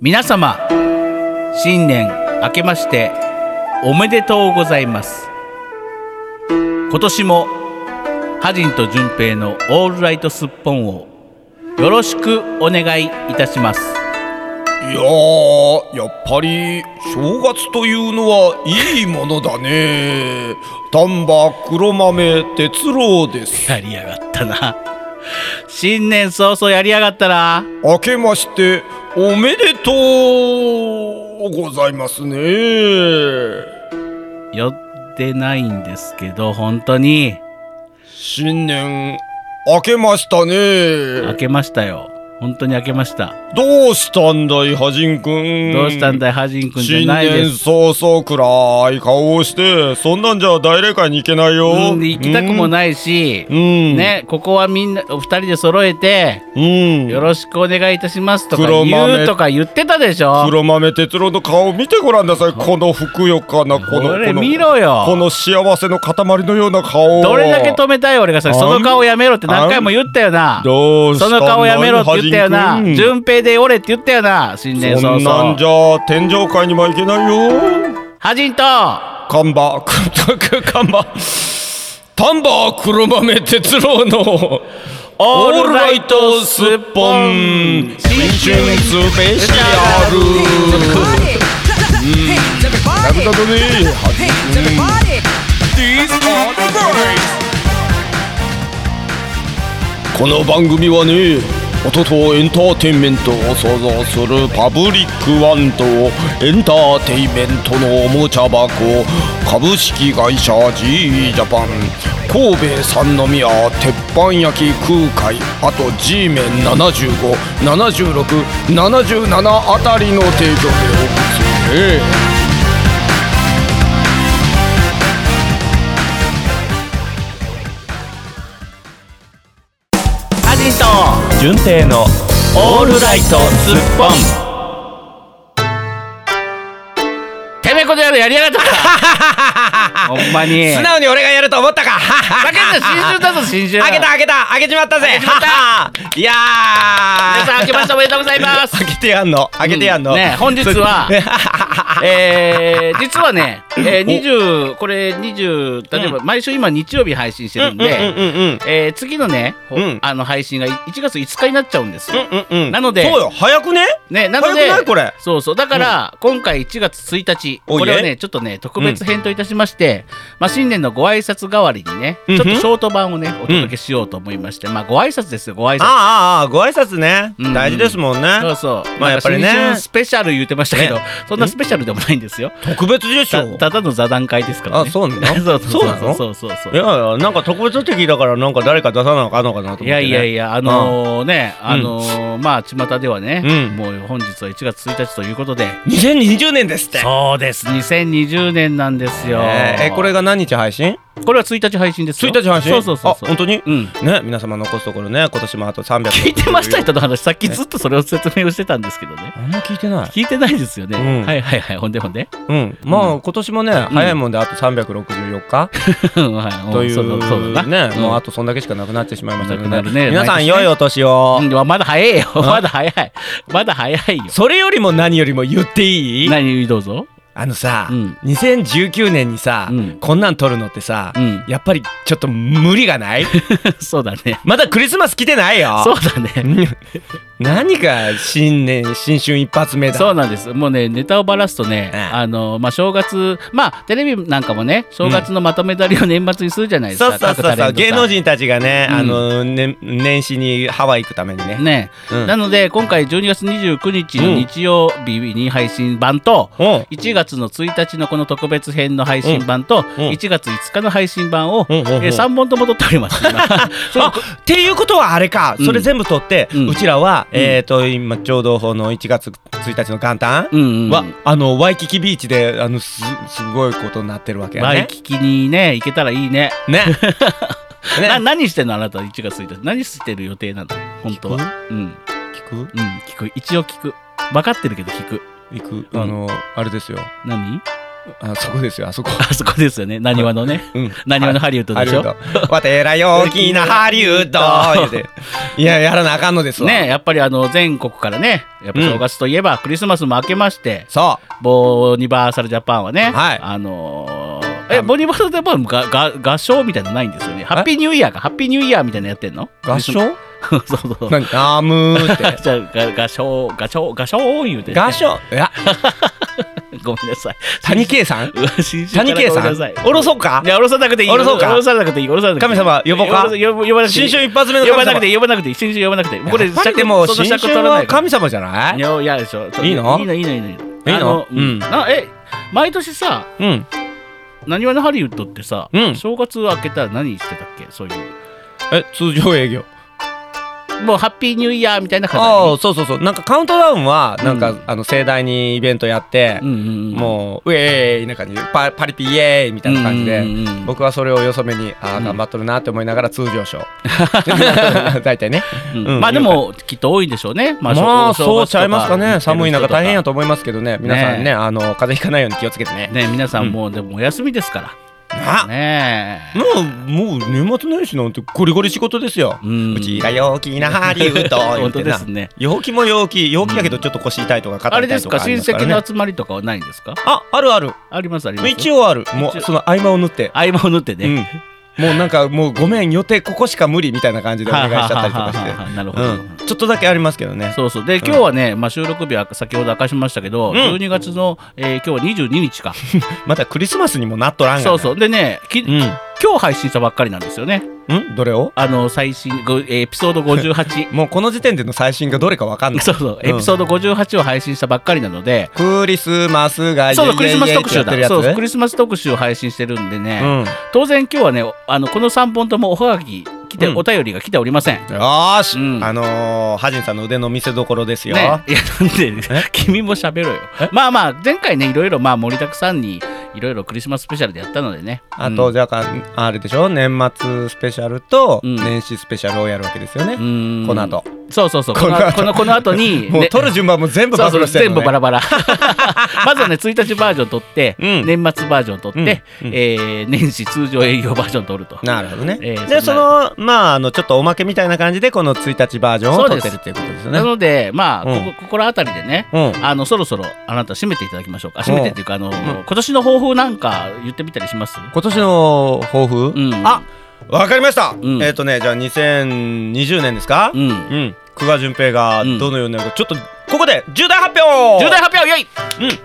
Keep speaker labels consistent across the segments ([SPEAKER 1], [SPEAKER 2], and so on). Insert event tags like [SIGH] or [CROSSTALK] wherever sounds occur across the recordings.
[SPEAKER 1] 皆様新年明けましておめでとうございます今年もハジンと純平のオールライトスッポンをよろしくお願いいたします
[SPEAKER 2] いやーやっぱり正月というのはいいものだね丹波黒豆哲郎です
[SPEAKER 1] やりやがったな新年早々やりやがったな
[SPEAKER 2] 明けましておめでとうございますね
[SPEAKER 1] 寄ってないんですけど本当に
[SPEAKER 2] 新年明けました
[SPEAKER 1] 明
[SPEAKER 2] ね
[SPEAKER 1] けましたよ本当に明けました
[SPEAKER 2] どうしたんだいハジンくん
[SPEAKER 1] どうしたんだいハジンくんじゃ
[SPEAKER 2] 新
[SPEAKER 1] ないで
[SPEAKER 2] 年
[SPEAKER 1] す
[SPEAKER 2] 早々暗い顔をしてそんなんじゃ大霊会に行けないよ、
[SPEAKER 1] うん行きたくもないし
[SPEAKER 2] うん、
[SPEAKER 1] ねここはみんなお二人で揃えて
[SPEAKER 2] うん、
[SPEAKER 1] よろしくお願いいたしますとか
[SPEAKER 2] 黒豆
[SPEAKER 1] 言うとか言ってたでしょ
[SPEAKER 2] 黒豆哲郎の顔見てごらんなさいこのふくよかなこの
[SPEAKER 1] これ
[SPEAKER 2] この
[SPEAKER 1] 見ろよ
[SPEAKER 2] この幸せの塊のような顔
[SPEAKER 1] どれだけ止めたい俺がそれ
[SPEAKER 2] あん
[SPEAKER 1] その顔やめろって何回も言ったよな
[SPEAKER 2] どうした
[SPEAKER 1] そ
[SPEAKER 2] んだい
[SPEAKER 1] の顔やめろって言ったよな
[SPEAKER 2] ハジン君
[SPEAKER 1] 順平で俺って言ったよな新年
[SPEAKER 2] そ
[SPEAKER 1] 早
[SPEAKER 2] んなんじ
[SPEAKER 1] 々
[SPEAKER 2] ゃ天上界にはいけないよ
[SPEAKER 1] ハジンとは
[SPEAKER 2] 看板看板丹波黒豆哲郎の
[SPEAKER 1] オールライトスッポン
[SPEAKER 2] 新春スペシャル
[SPEAKER 3] Everybody,
[SPEAKER 2] だとね
[SPEAKER 3] everybody.
[SPEAKER 2] この番組はね音とエンターテインメントを創造するパブリックワンとエンターテインメントのおもちゃ箱株式会社 G ジャパン神戸三宮鉄板焼き空海あと G メン757677あたりの提供でお送りするね。
[SPEAKER 1] じんと
[SPEAKER 4] 純正の
[SPEAKER 1] オールライトスッポンてめえこの野郎やりやがったか
[SPEAKER 2] [LAUGHS]
[SPEAKER 1] ほんまに
[SPEAKER 4] 素直に俺がやると思った [LAUGHS] か
[SPEAKER 1] だけど新春だぞ新春
[SPEAKER 4] 開けた開けた開けちまったぜ
[SPEAKER 1] 開けちまった
[SPEAKER 4] は [LAUGHS] はいや
[SPEAKER 1] 皆さん
[SPEAKER 4] ー
[SPEAKER 1] 明けましておめでとうございます
[SPEAKER 4] [LAUGHS] 開けてやんの開けてやんの、
[SPEAKER 1] うんね本日
[SPEAKER 4] [LAUGHS]
[SPEAKER 1] はえー、実はね、えー、20これ20例えば毎週今日曜日配信してるん
[SPEAKER 4] うん
[SPEAKER 1] で、
[SPEAKER 4] うんうん
[SPEAKER 1] えー、次のね、ほ
[SPEAKER 4] うん
[SPEAKER 1] あの配信がい1月5日になっちゃうんですよ。
[SPEAKER 4] うんうん
[SPEAKER 1] なので
[SPEAKER 4] そうよ早くね
[SPEAKER 1] ね、なので
[SPEAKER 4] 早くないこれ
[SPEAKER 1] そうそうだから、今回1月1日
[SPEAKER 4] おい
[SPEAKER 1] こ
[SPEAKER 4] で
[SPEAKER 1] れをねちょっとね特別編といたしまして、まあ、新年のご挨拶代わりにねち
[SPEAKER 4] う
[SPEAKER 1] ょ
[SPEAKER 4] ん
[SPEAKER 1] っ
[SPEAKER 4] ふん
[SPEAKER 1] とショート版をねお届けしようと思いまして、まあご挨拶ですよご挨拶
[SPEAKER 4] ああああご挨拶ね、
[SPEAKER 1] うん
[SPEAKER 4] 大事ですもん
[SPEAKER 1] そう
[SPEAKER 4] ね
[SPEAKER 1] そう
[SPEAKER 4] まあやっぱりね
[SPEAKER 1] なんか新春スペシャル言ってましたけど、
[SPEAKER 4] ね
[SPEAKER 1] そんなスペシャルでもないんですよ
[SPEAKER 4] 特別でしょ
[SPEAKER 1] たただの座談会ですから
[SPEAKER 4] あ
[SPEAKER 1] ね
[SPEAKER 4] そうなの
[SPEAKER 1] [LAUGHS] そうそうそう
[SPEAKER 4] なの
[SPEAKER 1] そうそうそう
[SPEAKER 4] いやいやなんか特別的だからなんか誰か出さなあかんのかなと思って、ね、
[SPEAKER 1] いやいやいや、あのーね、
[SPEAKER 4] ん
[SPEAKER 1] あのーまあ、巷ではね、
[SPEAKER 4] うん
[SPEAKER 1] もう本日は1月1日ということで、
[SPEAKER 4] 2020年ですって
[SPEAKER 1] そうです、2020年なんですよ。
[SPEAKER 4] えーこれが何日配信
[SPEAKER 1] これは1日配信ですよ。
[SPEAKER 4] 1日配信
[SPEAKER 1] そうそうそうそう。
[SPEAKER 4] あ本当に
[SPEAKER 1] うん。
[SPEAKER 4] ね皆様残すところね今年もあと300
[SPEAKER 1] 聞いてました人の話、さっきずっとそれを説明をしてたんですけどね。
[SPEAKER 4] あんま聞いてない
[SPEAKER 1] 聞いてないですよね。
[SPEAKER 4] うん
[SPEAKER 1] はいはいはい、ほんでほんで。 [LAUGHS]
[SPEAKER 4] うんまあ今年もね早いもんであと364日
[SPEAKER 1] うんはい
[SPEAKER 4] とい
[SPEAKER 1] そうだそう
[SPEAKER 4] う
[SPEAKER 1] だな
[SPEAKER 4] ね
[SPEAKER 1] うん
[SPEAKER 4] もうあとそんだけしかなくなってしまいましたけど
[SPEAKER 1] なくなるね
[SPEAKER 4] ね皆さ
[SPEAKER 1] 毎
[SPEAKER 4] ん
[SPEAKER 1] 年ね
[SPEAKER 4] 良いお年を
[SPEAKER 1] うんまだ早いよ。まだ早い。まだ早いよ。
[SPEAKER 4] それよりも何よりも言っていい
[SPEAKER 1] 何どうぞ。
[SPEAKER 4] あのさ
[SPEAKER 1] うん
[SPEAKER 4] 2019年にさ
[SPEAKER 1] うん
[SPEAKER 4] こんなん撮るのってさ
[SPEAKER 1] うん。
[SPEAKER 4] やっぱりちょっと無理
[SPEAKER 1] [LAUGHS]
[SPEAKER 4] がない
[SPEAKER 1] [LAUGHS] そうだね。
[SPEAKER 4] まだクリスマス来てないよ
[SPEAKER 1] そうだね。
[SPEAKER 4] [LAUGHS] 何か新年新春一発目だ
[SPEAKER 1] そうなんですもうねネタをばらすとね、
[SPEAKER 4] ええ
[SPEAKER 1] あのまあ正月まあテレビなんかもね正月のまとめたりを年末にするじゃないですか、
[SPEAKER 4] そうそう
[SPEAKER 1] 各
[SPEAKER 4] そ
[SPEAKER 1] タレ
[SPEAKER 4] う
[SPEAKER 1] ン
[SPEAKER 4] そ
[SPEAKER 1] トさ
[SPEAKER 4] うん芸能人たちがね、
[SPEAKER 1] うん
[SPEAKER 4] あのね年始にハワイ行くためにね。
[SPEAKER 1] ね、
[SPEAKER 4] うん
[SPEAKER 1] なので今回12月29日の日曜日に配信版と、
[SPEAKER 4] うん
[SPEAKER 1] 1月の1日のこの特別編の配信版と、
[SPEAKER 4] うん
[SPEAKER 1] 1月5日の配信版を、
[SPEAKER 4] うんうんうん
[SPEAKER 1] え3本とも撮っております。
[SPEAKER 4] [LAUGHS]
[SPEAKER 1] 今
[SPEAKER 4] あっていうことはあれか、
[SPEAKER 1] うん
[SPEAKER 4] それ全部取って、
[SPEAKER 1] う
[SPEAKER 4] うんちらは、
[SPEAKER 1] うん
[SPEAKER 4] えっ、と今ちょうどこの1月1日の元
[SPEAKER 1] [LAUGHS]
[SPEAKER 4] 旦
[SPEAKER 1] うんうんうん
[SPEAKER 4] は、あのワイキキビーチであのすすごいことになってるわけや
[SPEAKER 1] 前
[SPEAKER 4] ね。
[SPEAKER 1] 聞きにね行けたらいいね [LAUGHS]
[SPEAKER 4] ね。ね
[SPEAKER 1] な何してんのあなた1月1日何してる予定なの本当はうん
[SPEAKER 4] 聞く
[SPEAKER 1] うん、聞く。一応聞く。分かってるけど聞く。
[SPEAKER 4] 行く、
[SPEAKER 1] うん
[SPEAKER 4] あのあれですよ
[SPEAKER 1] 何 [LAUGHS]
[SPEAKER 4] あそこですよあそこ
[SPEAKER 1] あそこですよねなにわの
[SPEAKER 4] [LAUGHS]
[SPEAKER 1] ね
[SPEAKER 4] うん
[SPEAKER 1] なにわのハリウッドでしょ
[SPEAKER 4] ハリウッドわてら陽気なハリウッド言うていややらなあかんのですわ
[SPEAKER 1] ねやっぱりあの全国からねやっぱ正月といえばクリスマスも明けまして、
[SPEAKER 4] そ
[SPEAKER 1] ボーニバーサルジャパンはね、
[SPEAKER 4] はい
[SPEAKER 1] あのーえボーニバーサルジャパンもがが合唱みたいなのないんですよねハッピーニューイヤーかハッピーニューイヤーみたいなのやってんの
[SPEAKER 4] う合唱
[SPEAKER 1] [LAUGHS] そうそうそう
[SPEAKER 4] 何あむ
[SPEAKER 1] [LAUGHS]
[SPEAKER 4] ーって
[SPEAKER 1] じゃあが合唱合唱合唱言うて、
[SPEAKER 4] 合唱いや
[SPEAKER 1] [LAUGHS] ごめんなさい
[SPEAKER 4] 谷圭さん
[SPEAKER 1] うわ信じられ
[SPEAKER 4] 谷
[SPEAKER 1] ない
[SPEAKER 4] 圭
[SPEAKER 1] ごめ
[SPEAKER 4] さ
[SPEAKER 1] んなさい
[SPEAKER 4] んおろそうか
[SPEAKER 1] いや、下ろさなくていい。
[SPEAKER 4] 下ろそうか
[SPEAKER 1] 下ろさなくていい。下ろさなくていい。
[SPEAKER 4] 神様呼ぼうか
[SPEAKER 1] 下ろさ呼ぶ呼ばなくてい
[SPEAKER 4] 新
[SPEAKER 1] い
[SPEAKER 4] 春一発目の
[SPEAKER 1] 呼ば
[SPEAKER 4] 神
[SPEAKER 1] なく
[SPEAKER 4] 様
[SPEAKER 1] ていい。呼ばなくていい。新春呼ばなくていい。もうこれ、
[SPEAKER 4] やっぱりで
[SPEAKER 1] 尺
[SPEAKER 4] も
[SPEAKER 1] その
[SPEAKER 4] 新
[SPEAKER 1] 尺取
[SPEAKER 4] 春
[SPEAKER 1] らない
[SPEAKER 4] は
[SPEAKER 1] から。
[SPEAKER 4] 神様じゃないい
[SPEAKER 1] や、いやでしょ。そう
[SPEAKER 4] いいの
[SPEAKER 1] いいの、いいの、いいの。いい
[SPEAKER 4] いい
[SPEAKER 1] あ
[SPEAKER 4] の
[SPEAKER 1] うん。
[SPEAKER 4] うん
[SPEAKER 1] な、え、毎年さ、
[SPEAKER 4] うん
[SPEAKER 1] なにわのハリウッドってさ
[SPEAKER 4] う、ん
[SPEAKER 1] 正月明けたら何してたっけそういう。
[SPEAKER 4] え通常営業
[SPEAKER 1] もう、ハッピーニューイヤーみたいな
[SPEAKER 4] あ
[SPEAKER 1] 感
[SPEAKER 4] あそうそうそうなんかカウントダウンはなんか、
[SPEAKER 1] うん
[SPEAKER 4] あの盛大にイベントやって
[SPEAKER 1] じ。、うんうん。
[SPEAKER 4] もうウェーイな感じでパパリピイエーイみたいな感じで、
[SPEAKER 1] うんうんうんうん
[SPEAKER 4] 僕はそれをよそ目にああ
[SPEAKER 1] うん
[SPEAKER 4] 頑張っとるなって思いながら通
[SPEAKER 1] [LAUGHS]
[SPEAKER 4] 常賞大体ね、
[SPEAKER 1] うん
[SPEAKER 4] うん
[SPEAKER 1] まあ、でも、きっと多いんでしょうね。ま
[SPEAKER 4] まあ
[SPEAKER 1] 正
[SPEAKER 4] そうちゃいますかね寒い中大変や
[SPEAKER 1] と
[SPEAKER 4] と思いますけどね皆さんね
[SPEAKER 1] ね
[SPEAKER 4] あの風邪ひかないように気をつけてね
[SPEAKER 1] ね、皆さんもう、でも、お休みですか
[SPEAKER 4] な
[SPEAKER 1] ら。ねえ。
[SPEAKER 4] もうもう年末年始なんてゴリゴリ仕事ですよ、
[SPEAKER 1] う
[SPEAKER 4] うんちが陽気なハリウッド
[SPEAKER 1] 本当です
[SPEAKER 4] 言うてな
[SPEAKER 1] ね
[SPEAKER 4] 陽気も陽気陽気やけどちょっと腰痛いとか
[SPEAKER 1] あ
[SPEAKER 4] 肩
[SPEAKER 1] れ
[SPEAKER 4] 痛
[SPEAKER 1] で
[SPEAKER 4] い
[SPEAKER 1] す
[SPEAKER 4] と
[SPEAKER 1] か
[SPEAKER 4] かあり
[SPEAKER 1] 親
[SPEAKER 4] ますから
[SPEAKER 1] 戚
[SPEAKER 4] ね
[SPEAKER 1] の集まりとかはないんですか
[SPEAKER 4] ああるある
[SPEAKER 1] ありますあります
[SPEAKER 4] 一応あるも
[SPEAKER 1] 一応
[SPEAKER 4] うその合間を縫って、
[SPEAKER 1] 合間を縫って
[SPEAKER 4] うん
[SPEAKER 1] ね、
[SPEAKER 4] もうなんかもうごめん予定ここしか無理みたいな感じでお願いしちゃったりとか
[SPEAKER 1] はあはあはあはあ
[SPEAKER 4] し
[SPEAKER 1] なるほ
[SPEAKER 4] て、
[SPEAKER 1] ど、
[SPEAKER 4] うん、ちょっとだけありますけどね
[SPEAKER 1] そうそうで今日はね、まあ、収録日は先ほど明かしましたけど、
[SPEAKER 4] ん
[SPEAKER 1] 12月の、えー、今日は22日か
[SPEAKER 4] またクリスマスにもなっとらんがな
[SPEAKER 1] そうそうでねき、
[SPEAKER 4] うん
[SPEAKER 1] 今日配信したばっかりなんですよね
[SPEAKER 4] んどれを
[SPEAKER 1] あの最新ごエピソード58
[SPEAKER 4] [LAUGHS] もうこの時点での最新がどれかわかんない
[SPEAKER 1] そうそう、
[SPEAKER 4] うん
[SPEAKER 1] エピソード58を配信したばっかりなので
[SPEAKER 4] クリスマスが
[SPEAKER 1] そうそうクリスマス特集
[SPEAKER 4] やってる
[SPEAKER 1] だ
[SPEAKER 4] やつ
[SPEAKER 1] そうそうクリスマス特集を配信してるんでね、
[SPEAKER 4] うんよ
[SPEAKER 1] 当然今日はねあのこの3本ともおはがき来て、
[SPEAKER 4] うん
[SPEAKER 1] お便りが来ておりません
[SPEAKER 4] ーし、
[SPEAKER 1] うん
[SPEAKER 4] あのー、ハジンさんの腕の見せ所ですよ、
[SPEAKER 1] ね、いやなんで君も喋ろよまあまあ前回ねいろいろまあ盛りだくさんにいろいろクリスマススペシャルでやったのでね
[SPEAKER 4] あと、
[SPEAKER 1] うん
[SPEAKER 4] じゃああれでしょ年末スペシャルと
[SPEAKER 1] うん
[SPEAKER 4] 年始スペシャルをやるわけですよね、
[SPEAKER 1] うん
[SPEAKER 4] この後
[SPEAKER 1] そうそうそうこ
[SPEAKER 4] こ
[SPEAKER 1] の
[SPEAKER 4] の
[SPEAKER 1] 後
[SPEAKER 4] 後
[SPEAKER 1] このこの後
[SPEAKER 4] [LAUGHS]
[SPEAKER 1] に
[SPEAKER 4] もう
[SPEAKER 1] ね
[SPEAKER 4] 撮る順番も全部
[SPEAKER 1] そう
[SPEAKER 4] バ
[SPEAKER 1] そ
[SPEAKER 4] ブ
[SPEAKER 1] う
[SPEAKER 4] ルしてる
[SPEAKER 1] 全
[SPEAKER 4] の、ね、
[SPEAKER 1] 部バラバラ [LAUGHS] まずはね1日バージョン撮って、
[SPEAKER 4] うん
[SPEAKER 1] 年末バージョン撮って、
[SPEAKER 4] うんうん
[SPEAKER 1] えー年始通常営業バージョン撮ると
[SPEAKER 4] なるほどね。
[SPEAKER 1] えー
[SPEAKER 4] で
[SPEAKER 1] そ
[SPEAKER 4] そ
[SPEAKER 1] んな
[SPEAKER 4] のまああのちょっとおまけみたいな感じでこの1日バージョン
[SPEAKER 1] そ
[SPEAKER 4] を
[SPEAKER 1] う
[SPEAKER 4] 撮
[SPEAKER 1] です
[SPEAKER 4] ってるっていうことですよ
[SPEAKER 1] な
[SPEAKER 4] ね。
[SPEAKER 1] のでまあ、
[SPEAKER 4] うん
[SPEAKER 1] ここ心当たりでね
[SPEAKER 4] うん。
[SPEAKER 1] あのそろそろあなた締めていただきましょうか締めてっていうかあの、今年の抱負なんか言ってみたりします
[SPEAKER 4] 今年の抱負、
[SPEAKER 1] ん
[SPEAKER 4] あわかりました、
[SPEAKER 1] ん
[SPEAKER 4] えっ、とねじゃあ2020年ですか、
[SPEAKER 1] うん
[SPEAKER 4] うん久我淳平が
[SPEAKER 1] うん
[SPEAKER 4] どのようになるか、ちょっとここで重大発表
[SPEAKER 1] 重大発表イエイ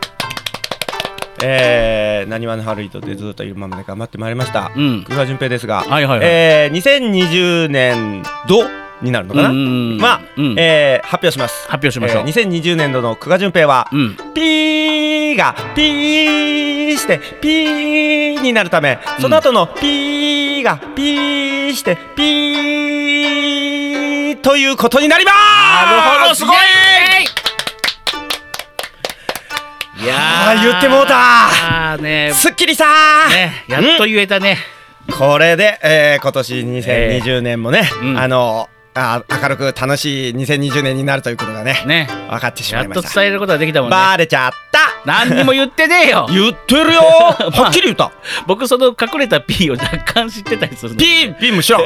[SPEAKER 4] えーなにわのハルイトでずっと今まで頑張ってまいりました、
[SPEAKER 1] うん
[SPEAKER 4] 久我淳平ですが、
[SPEAKER 1] はいはいはい
[SPEAKER 4] えー2020年度になるのかな、
[SPEAKER 1] うんうんうん
[SPEAKER 4] まあ、
[SPEAKER 1] うん
[SPEAKER 4] えー発表します
[SPEAKER 1] 発表しましょう
[SPEAKER 4] えー2020年度の久我淳平は、
[SPEAKER 1] うん
[SPEAKER 4] ピーがピーしてピーになるためその後のピーがピーしてピーということになります
[SPEAKER 1] なるほどすごい
[SPEAKER 4] イエーイ
[SPEAKER 1] いや
[SPEAKER 4] あー言ってもうたー
[SPEAKER 1] あーね
[SPEAKER 4] すっきりさー、
[SPEAKER 1] ねやっと言えたね
[SPEAKER 4] これで、えー今年2020年もね、
[SPEAKER 1] うん
[SPEAKER 4] あのあ明るく楽しい2020年になるということがね
[SPEAKER 1] ね
[SPEAKER 4] 分かってしま
[SPEAKER 1] や
[SPEAKER 4] い
[SPEAKER 1] っ
[SPEAKER 4] ま
[SPEAKER 1] と
[SPEAKER 4] した
[SPEAKER 1] 伝えることができたもんね
[SPEAKER 4] バレちゃった
[SPEAKER 1] 何にも言ってねえよ
[SPEAKER 4] 言って
[SPEAKER 1] [LAUGHS]
[SPEAKER 4] るよはっきり言った
[SPEAKER 1] 僕その隠れた P を若干知ってたりするの
[SPEAKER 4] ピーピーも知 [LAUGHS] らん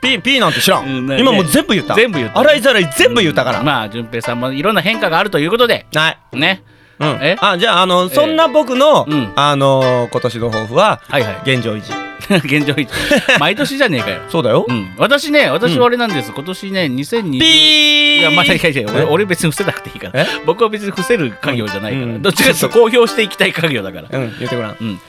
[SPEAKER 4] ピーピーなんて知らん、
[SPEAKER 1] うんね
[SPEAKER 4] 今もう全部言った
[SPEAKER 1] 全部言った
[SPEAKER 4] 洗いざらい全部言ったから、
[SPEAKER 1] うんまあ順平さんもいろんな変化があるということで
[SPEAKER 4] はい
[SPEAKER 1] ね
[SPEAKER 4] うん
[SPEAKER 1] え
[SPEAKER 4] あじゃああのそんな僕の、
[SPEAKER 1] うん
[SPEAKER 4] あのー今年の抱負は、
[SPEAKER 1] はいはい
[SPEAKER 4] 現状維持
[SPEAKER 1] [LAUGHS] 現状維持毎年じゃねえかよ
[SPEAKER 4] そうだよ、
[SPEAKER 1] うん私ね私はあれなんです今年ね2020
[SPEAKER 4] ピー
[SPEAKER 1] いや、まあ、いやいやいや俺
[SPEAKER 4] え
[SPEAKER 1] 俺別に伏せなくていいから
[SPEAKER 4] え
[SPEAKER 1] 僕は別に伏せる家業じゃないから、
[SPEAKER 4] うん
[SPEAKER 1] どっちかというと公表していきたい家業だから、
[SPEAKER 4] うん言ってごらん
[SPEAKER 1] うん、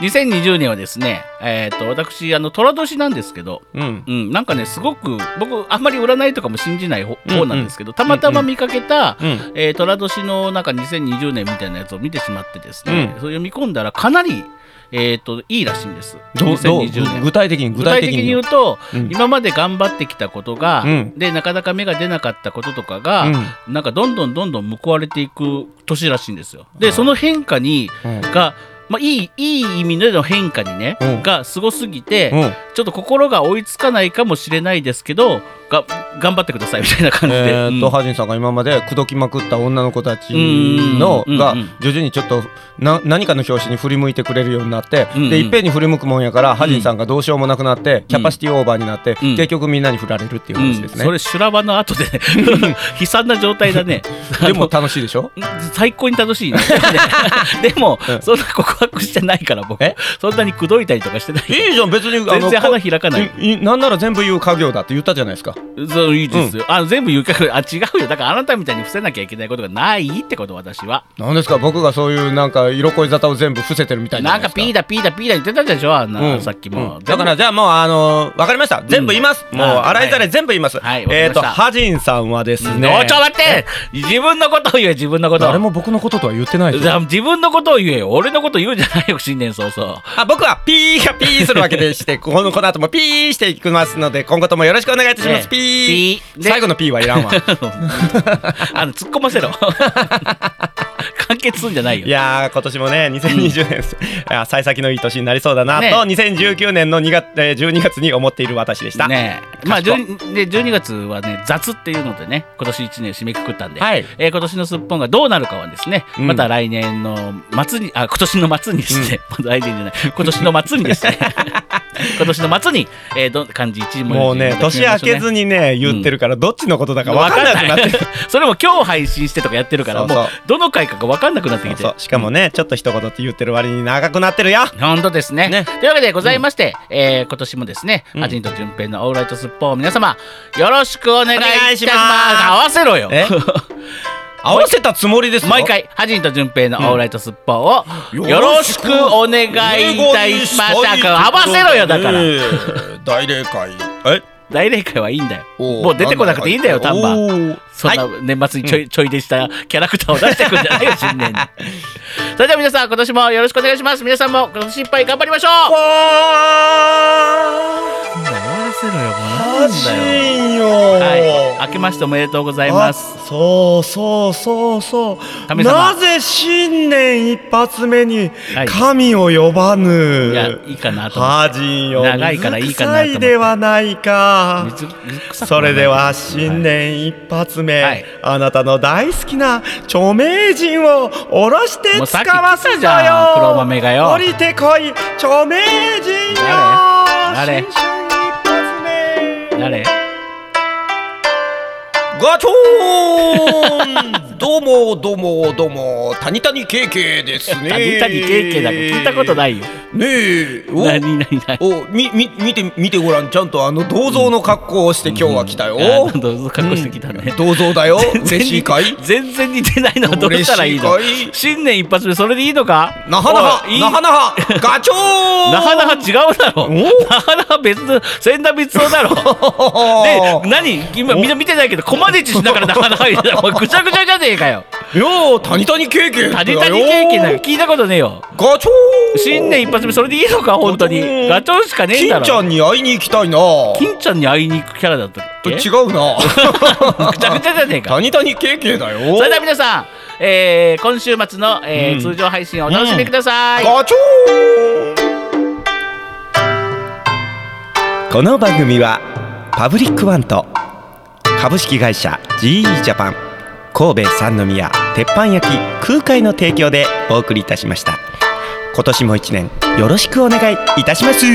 [SPEAKER 1] 2020年はですね、えー、と私あの寅年なんですけど、
[SPEAKER 4] うん
[SPEAKER 1] うん、なんかねすごく僕あんまり占いとかも信じない方
[SPEAKER 4] うんうん
[SPEAKER 1] 方なんですけど、たまたま見かけた、
[SPEAKER 4] うん
[SPEAKER 1] えー寅年のなんか2020年みたいなやつを見てしまってですね、
[SPEAKER 4] うん
[SPEAKER 1] それ読み込んだらかなり、えー、といいらしいんです
[SPEAKER 4] どうどう
[SPEAKER 1] 2020年
[SPEAKER 4] 具体的に具
[SPEAKER 1] 具体
[SPEAKER 4] 体
[SPEAKER 1] 的
[SPEAKER 4] 的
[SPEAKER 1] に
[SPEAKER 4] に
[SPEAKER 1] 言うと、
[SPEAKER 4] うん
[SPEAKER 1] 今まで頑張ってきたことが、
[SPEAKER 4] うん
[SPEAKER 1] でなかなか芽が出なかったこととかが、なんかどんどんどんどん報われていく年らしいんですよ。でその変化に、
[SPEAKER 4] うん
[SPEAKER 1] がまあ、いいいい意味での変化にね、
[SPEAKER 4] うん
[SPEAKER 1] がすごすぎて、
[SPEAKER 4] うん
[SPEAKER 1] ちょっと心が追いつかないかもしれないですけどが頑張ってくださいみたいな感じで、
[SPEAKER 4] えーっと、
[SPEAKER 1] うん
[SPEAKER 4] ハジンさんが今まで口説きまくった女の子たちの
[SPEAKER 1] うんうんうんうん
[SPEAKER 4] が徐々にちょっとな何かの表紙に振り向いてくれるようになって、
[SPEAKER 1] うんうん
[SPEAKER 4] でいっぺんに振り向くもんやから、ハジンさんがどうしようもなくなってキャパシティオーバーになって、
[SPEAKER 1] うん
[SPEAKER 4] 結局みんなに振られるっていう
[SPEAKER 1] うん
[SPEAKER 4] 話ですね、
[SPEAKER 1] それ修羅場の後で
[SPEAKER 4] [LAUGHS]
[SPEAKER 1] 悲惨な状態だね
[SPEAKER 4] でも楽しいでしょ
[SPEAKER 1] あの最高に楽しい
[SPEAKER 4] [LAUGHS]
[SPEAKER 1] ねでも、
[SPEAKER 4] うん
[SPEAKER 1] そんな告白してないから僕
[SPEAKER 4] え
[SPEAKER 1] そんなに口説いたりとかしてない
[SPEAKER 4] いいじゃん別に
[SPEAKER 1] 全然花開かない
[SPEAKER 4] いいなんなら全部言う家業だって言ったじゃないですか
[SPEAKER 1] そういいですよ、あ全部言うからあ違うよだからあなたみたいに伏せなきゃいけないことがないってこと私は
[SPEAKER 4] なんですか僕がそういうなんか色恋沙汰を全部伏せてるみたいじゃ
[SPEAKER 1] ないん
[SPEAKER 4] で
[SPEAKER 1] か
[SPEAKER 4] すか
[SPEAKER 1] ピーだピーだピーだ言ってたでしょあんな、
[SPEAKER 4] うん
[SPEAKER 1] さっきも、
[SPEAKER 4] うんだからじゃあもうあのー、わかりました全部言います、
[SPEAKER 1] うん
[SPEAKER 4] もう
[SPEAKER 1] あ
[SPEAKER 4] 洗いざらい全部言います、
[SPEAKER 1] はいわかり
[SPEAKER 4] え
[SPEAKER 1] ま
[SPEAKER 4] っ、
[SPEAKER 1] し
[SPEAKER 4] ー、
[SPEAKER 1] た
[SPEAKER 4] とハジンさんはです
[SPEAKER 1] 全部
[SPEAKER 4] ね
[SPEAKER 1] おいちょっと待って自分のことを言え自分のこと
[SPEAKER 4] 誰も僕のこととは言って
[SPEAKER 1] [LAUGHS]
[SPEAKER 4] ないです
[SPEAKER 1] じ
[SPEAKER 4] よ
[SPEAKER 1] ゃあ自分のことを言えよ俺のこと言うんじゃないよ新年早々 [LAUGHS]
[SPEAKER 4] あ僕はピーがピーするわけでして [LAUGHS] このこの後もピーしていきますので今後ともよろしくお願いいたします、
[SPEAKER 1] ええ
[SPEAKER 4] ピー
[SPEAKER 1] ピーで
[SPEAKER 4] 最後のピーはい
[SPEAKER 1] [LAUGHS]
[SPEAKER 4] らんわ
[SPEAKER 1] あの突っ込ませろ [LAUGHS] 完結すんじゃないよ
[SPEAKER 4] いやー今年もね2020年、 [LAUGHS] あ幸先のいい年になりそうだなと、
[SPEAKER 1] ね
[SPEAKER 4] 2019年の2月、えー、12月に思っている私でした、
[SPEAKER 1] ねえまあ、
[SPEAKER 4] 賢い
[SPEAKER 1] 12で12月はね雑っていうのでね今年1年締めくくったんで、
[SPEAKER 4] はい
[SPEAKER 1] えー今年のすっぽんがどうなるかはですね、
[SPEAKER 4] うん
[SPEAKER 1] また来年の末にあ今年の末にですね、まだ来年じゃない今年の末にです
[SPEAKER 4] [LAUGHS]
[SPEAKER 1] ね今年の末に、えー、ど漢字一文字
[SPEAKER 4] もうね年明けず
[SPEAKER 1] に
[SPEAKER 4] にね言ってるから、どっちのことだか分かんなくなってる
[SPEAKER 1] [LAUGHS] それも今日配信してとかやってるから
[SPEAKER 4] そうそう
[SPEAKER 1] もうどの回かが分かんなくなってきて
[SPEAKER 4] そうしかもねちょっと一言って言ってる割に長くなってるよ
[SPEAKER 1] 本当ですね
[SPEAKER 4] ね
[SPEAKER 1] というわけでございまして、えー今年もですね、
[SPEAKER 4] うん
[SPEAKER 1] アジンと順平のオールライトスッポンを皆様よろしくお願いいたします
[SPEAKER 4] お願いします
[SPEAKER 1] 合わせろよ
[SPEAKER 4] え合わせたつもりですよ
[SPEAKER 1] [LAUGHS] 毎回ハジンと順平のオールライトスッポンをよろしくお願いいたします
[SPEAKER 2] お
[SPEAKER 1] だ
[SPEAKER 2] 願い
[SPEAKER 1] か
[SPEAKER 2] した
[SPEAKER 1] ら合わせろよだから
[SPEAKER 2] ねえ大霊会え
[SPEAKER 1] 大霊界はいいんだよ
[SPEAKER 2] お
[SPEAKER 1] もう出てこなくていいんだよ丹
[SPEAKER 2] お
[SPEAKER 1] 波
[SPEAKER 2] ー
[SPEAKER 1] そんな年末にちょいちょいでしたキャラクターを出してくんじゃないよ新 [LAUGHS] 年にそれでは皆さん今年もよろしくお願いします皆さんも今年いっぱい頑張りましょう
[SPEAKER 2] マジよ、
[SPEAKER 1] はい、明けましておめでとうございます。
[SPEAKER 4] あそうそうそうそう
[SPEAKER 1] 神様
[SPEAKER 4] なぜ新年一発目に
[SPEAKER 1] はい
[SPEAKER 4] 神を呼ばぬ、
[SPEAKER 1] いや、いいかなと思って。
[SPEAKER 4] ハジンよ
[SPEAKER 1] 長いからいいかなと思って
[SPEAKER 4] 水臭ではないか
[SPEAKER 1] 水臭く
[SPEAKER 4] それでは新
[SPEAKER 1] はい
[SPEAKER 4] 年一発目、
[SPEAKER 1] はい
[SPEAKER 4] あなたの大好きな著名人を下ろして
[SPEAKER 1] もうさっき
[SPEAKER 4] 使わす
[SPEAKER 1] 来た
[SPEAKER 4] ぞ
[SPEAKER 1] じ
[SPEAKER 4] よ
[SPEAKER 1] ゃん黒豆がよ
[SPEAKER 4] 降りてこい著名人よ
[SPEAKER 1] 誰誰
[SPEAKER 4] 新春一発目
[SPEAKER 1] 誰
[SPEAKER 2] ガチョーン [LAUGHS] どうもどうもどうも谷谷ケイケイですね
[SPEAKER 1] タニタニケイケイなんか聞いたことないよ。
[SPEAKER 2] ねえお
[SPEAKER 1] なになになに。
[SPEAKER 2] おみみ見て見てごらんちゃんとあの銅像の格好をして今日は来たよ、
[SPEAKER 1] あどうぞ格好してきたね。
[SPEAKER 2] 銅像だよ
[SPEAKER 1] [LAUGHS] 全然
[SPEAKER 2] 嬉しいかい
[SPEAKER 1] 全然似てないのはどうしたらいいの
[SPEAKER 2] 嬉しいかい
[SPEAKER 1] 新年一発目それでいいのか
[SPEAKER 2] なはなは
[SPEAKER 1] おいいい
[SPEAKER 2] なはなはガチョー
[SPEAKER 1] [LAUGHS]
[SPEAKER 2] ン
[SPEAKER 1] なはなは違うだろなはなは別の千田光雄だ
[SPEAKER 2] [LAUGHS]
[SPEAKER 1] ろで何今みんな見てないけどコマネチしながらなはなは言うなお前ぐちゃぐちゃじゃねえかよ
[SPEAKER 2] いやー谷谷ケイケイ
[SPEAKER 1] タニタニケイケイなんか
[SPEAKER 2] ガ
[SPEAKER 1] 聞いたことねえよ
[SPEAKER 2] チョーン
[SPEAKER 1] 新年一発目それでいいのか本当に
[SPEAKER 2] ガチョ
[SPEAKER 1] ガチョ
[SPEAKER 2] ン
[SPEAKER 1] ンしかねえんだ
[SPEAKER 2] 金
[SPEAKER 1] ろ
[SPEAKER 2] ちゃんに会いに行きたいな
[SPEAKER 1] 金ちゃんに会いに行くキャラだったっけ
[SPEAKER 2] と違
[SPEAKER 1] ぐ
[SPEAKER 2] うな
[SPEAKER 1] ちゃぐちゃじゃねえか
[SPEAKER 2] 谷谷ケイケイだよ
[SPEAKER 1] それでは皆さん、えー、今週末の、えー通常配信をお楽しみください、
[SPEAKER 2] ガチョーン
[SPEAKER 4] この番組はパブリックワンと株式会社 GE ジャパン神戸三宮鉄板焼き空海の提供でお送りいたしました今年も一年よろしくお願いいたします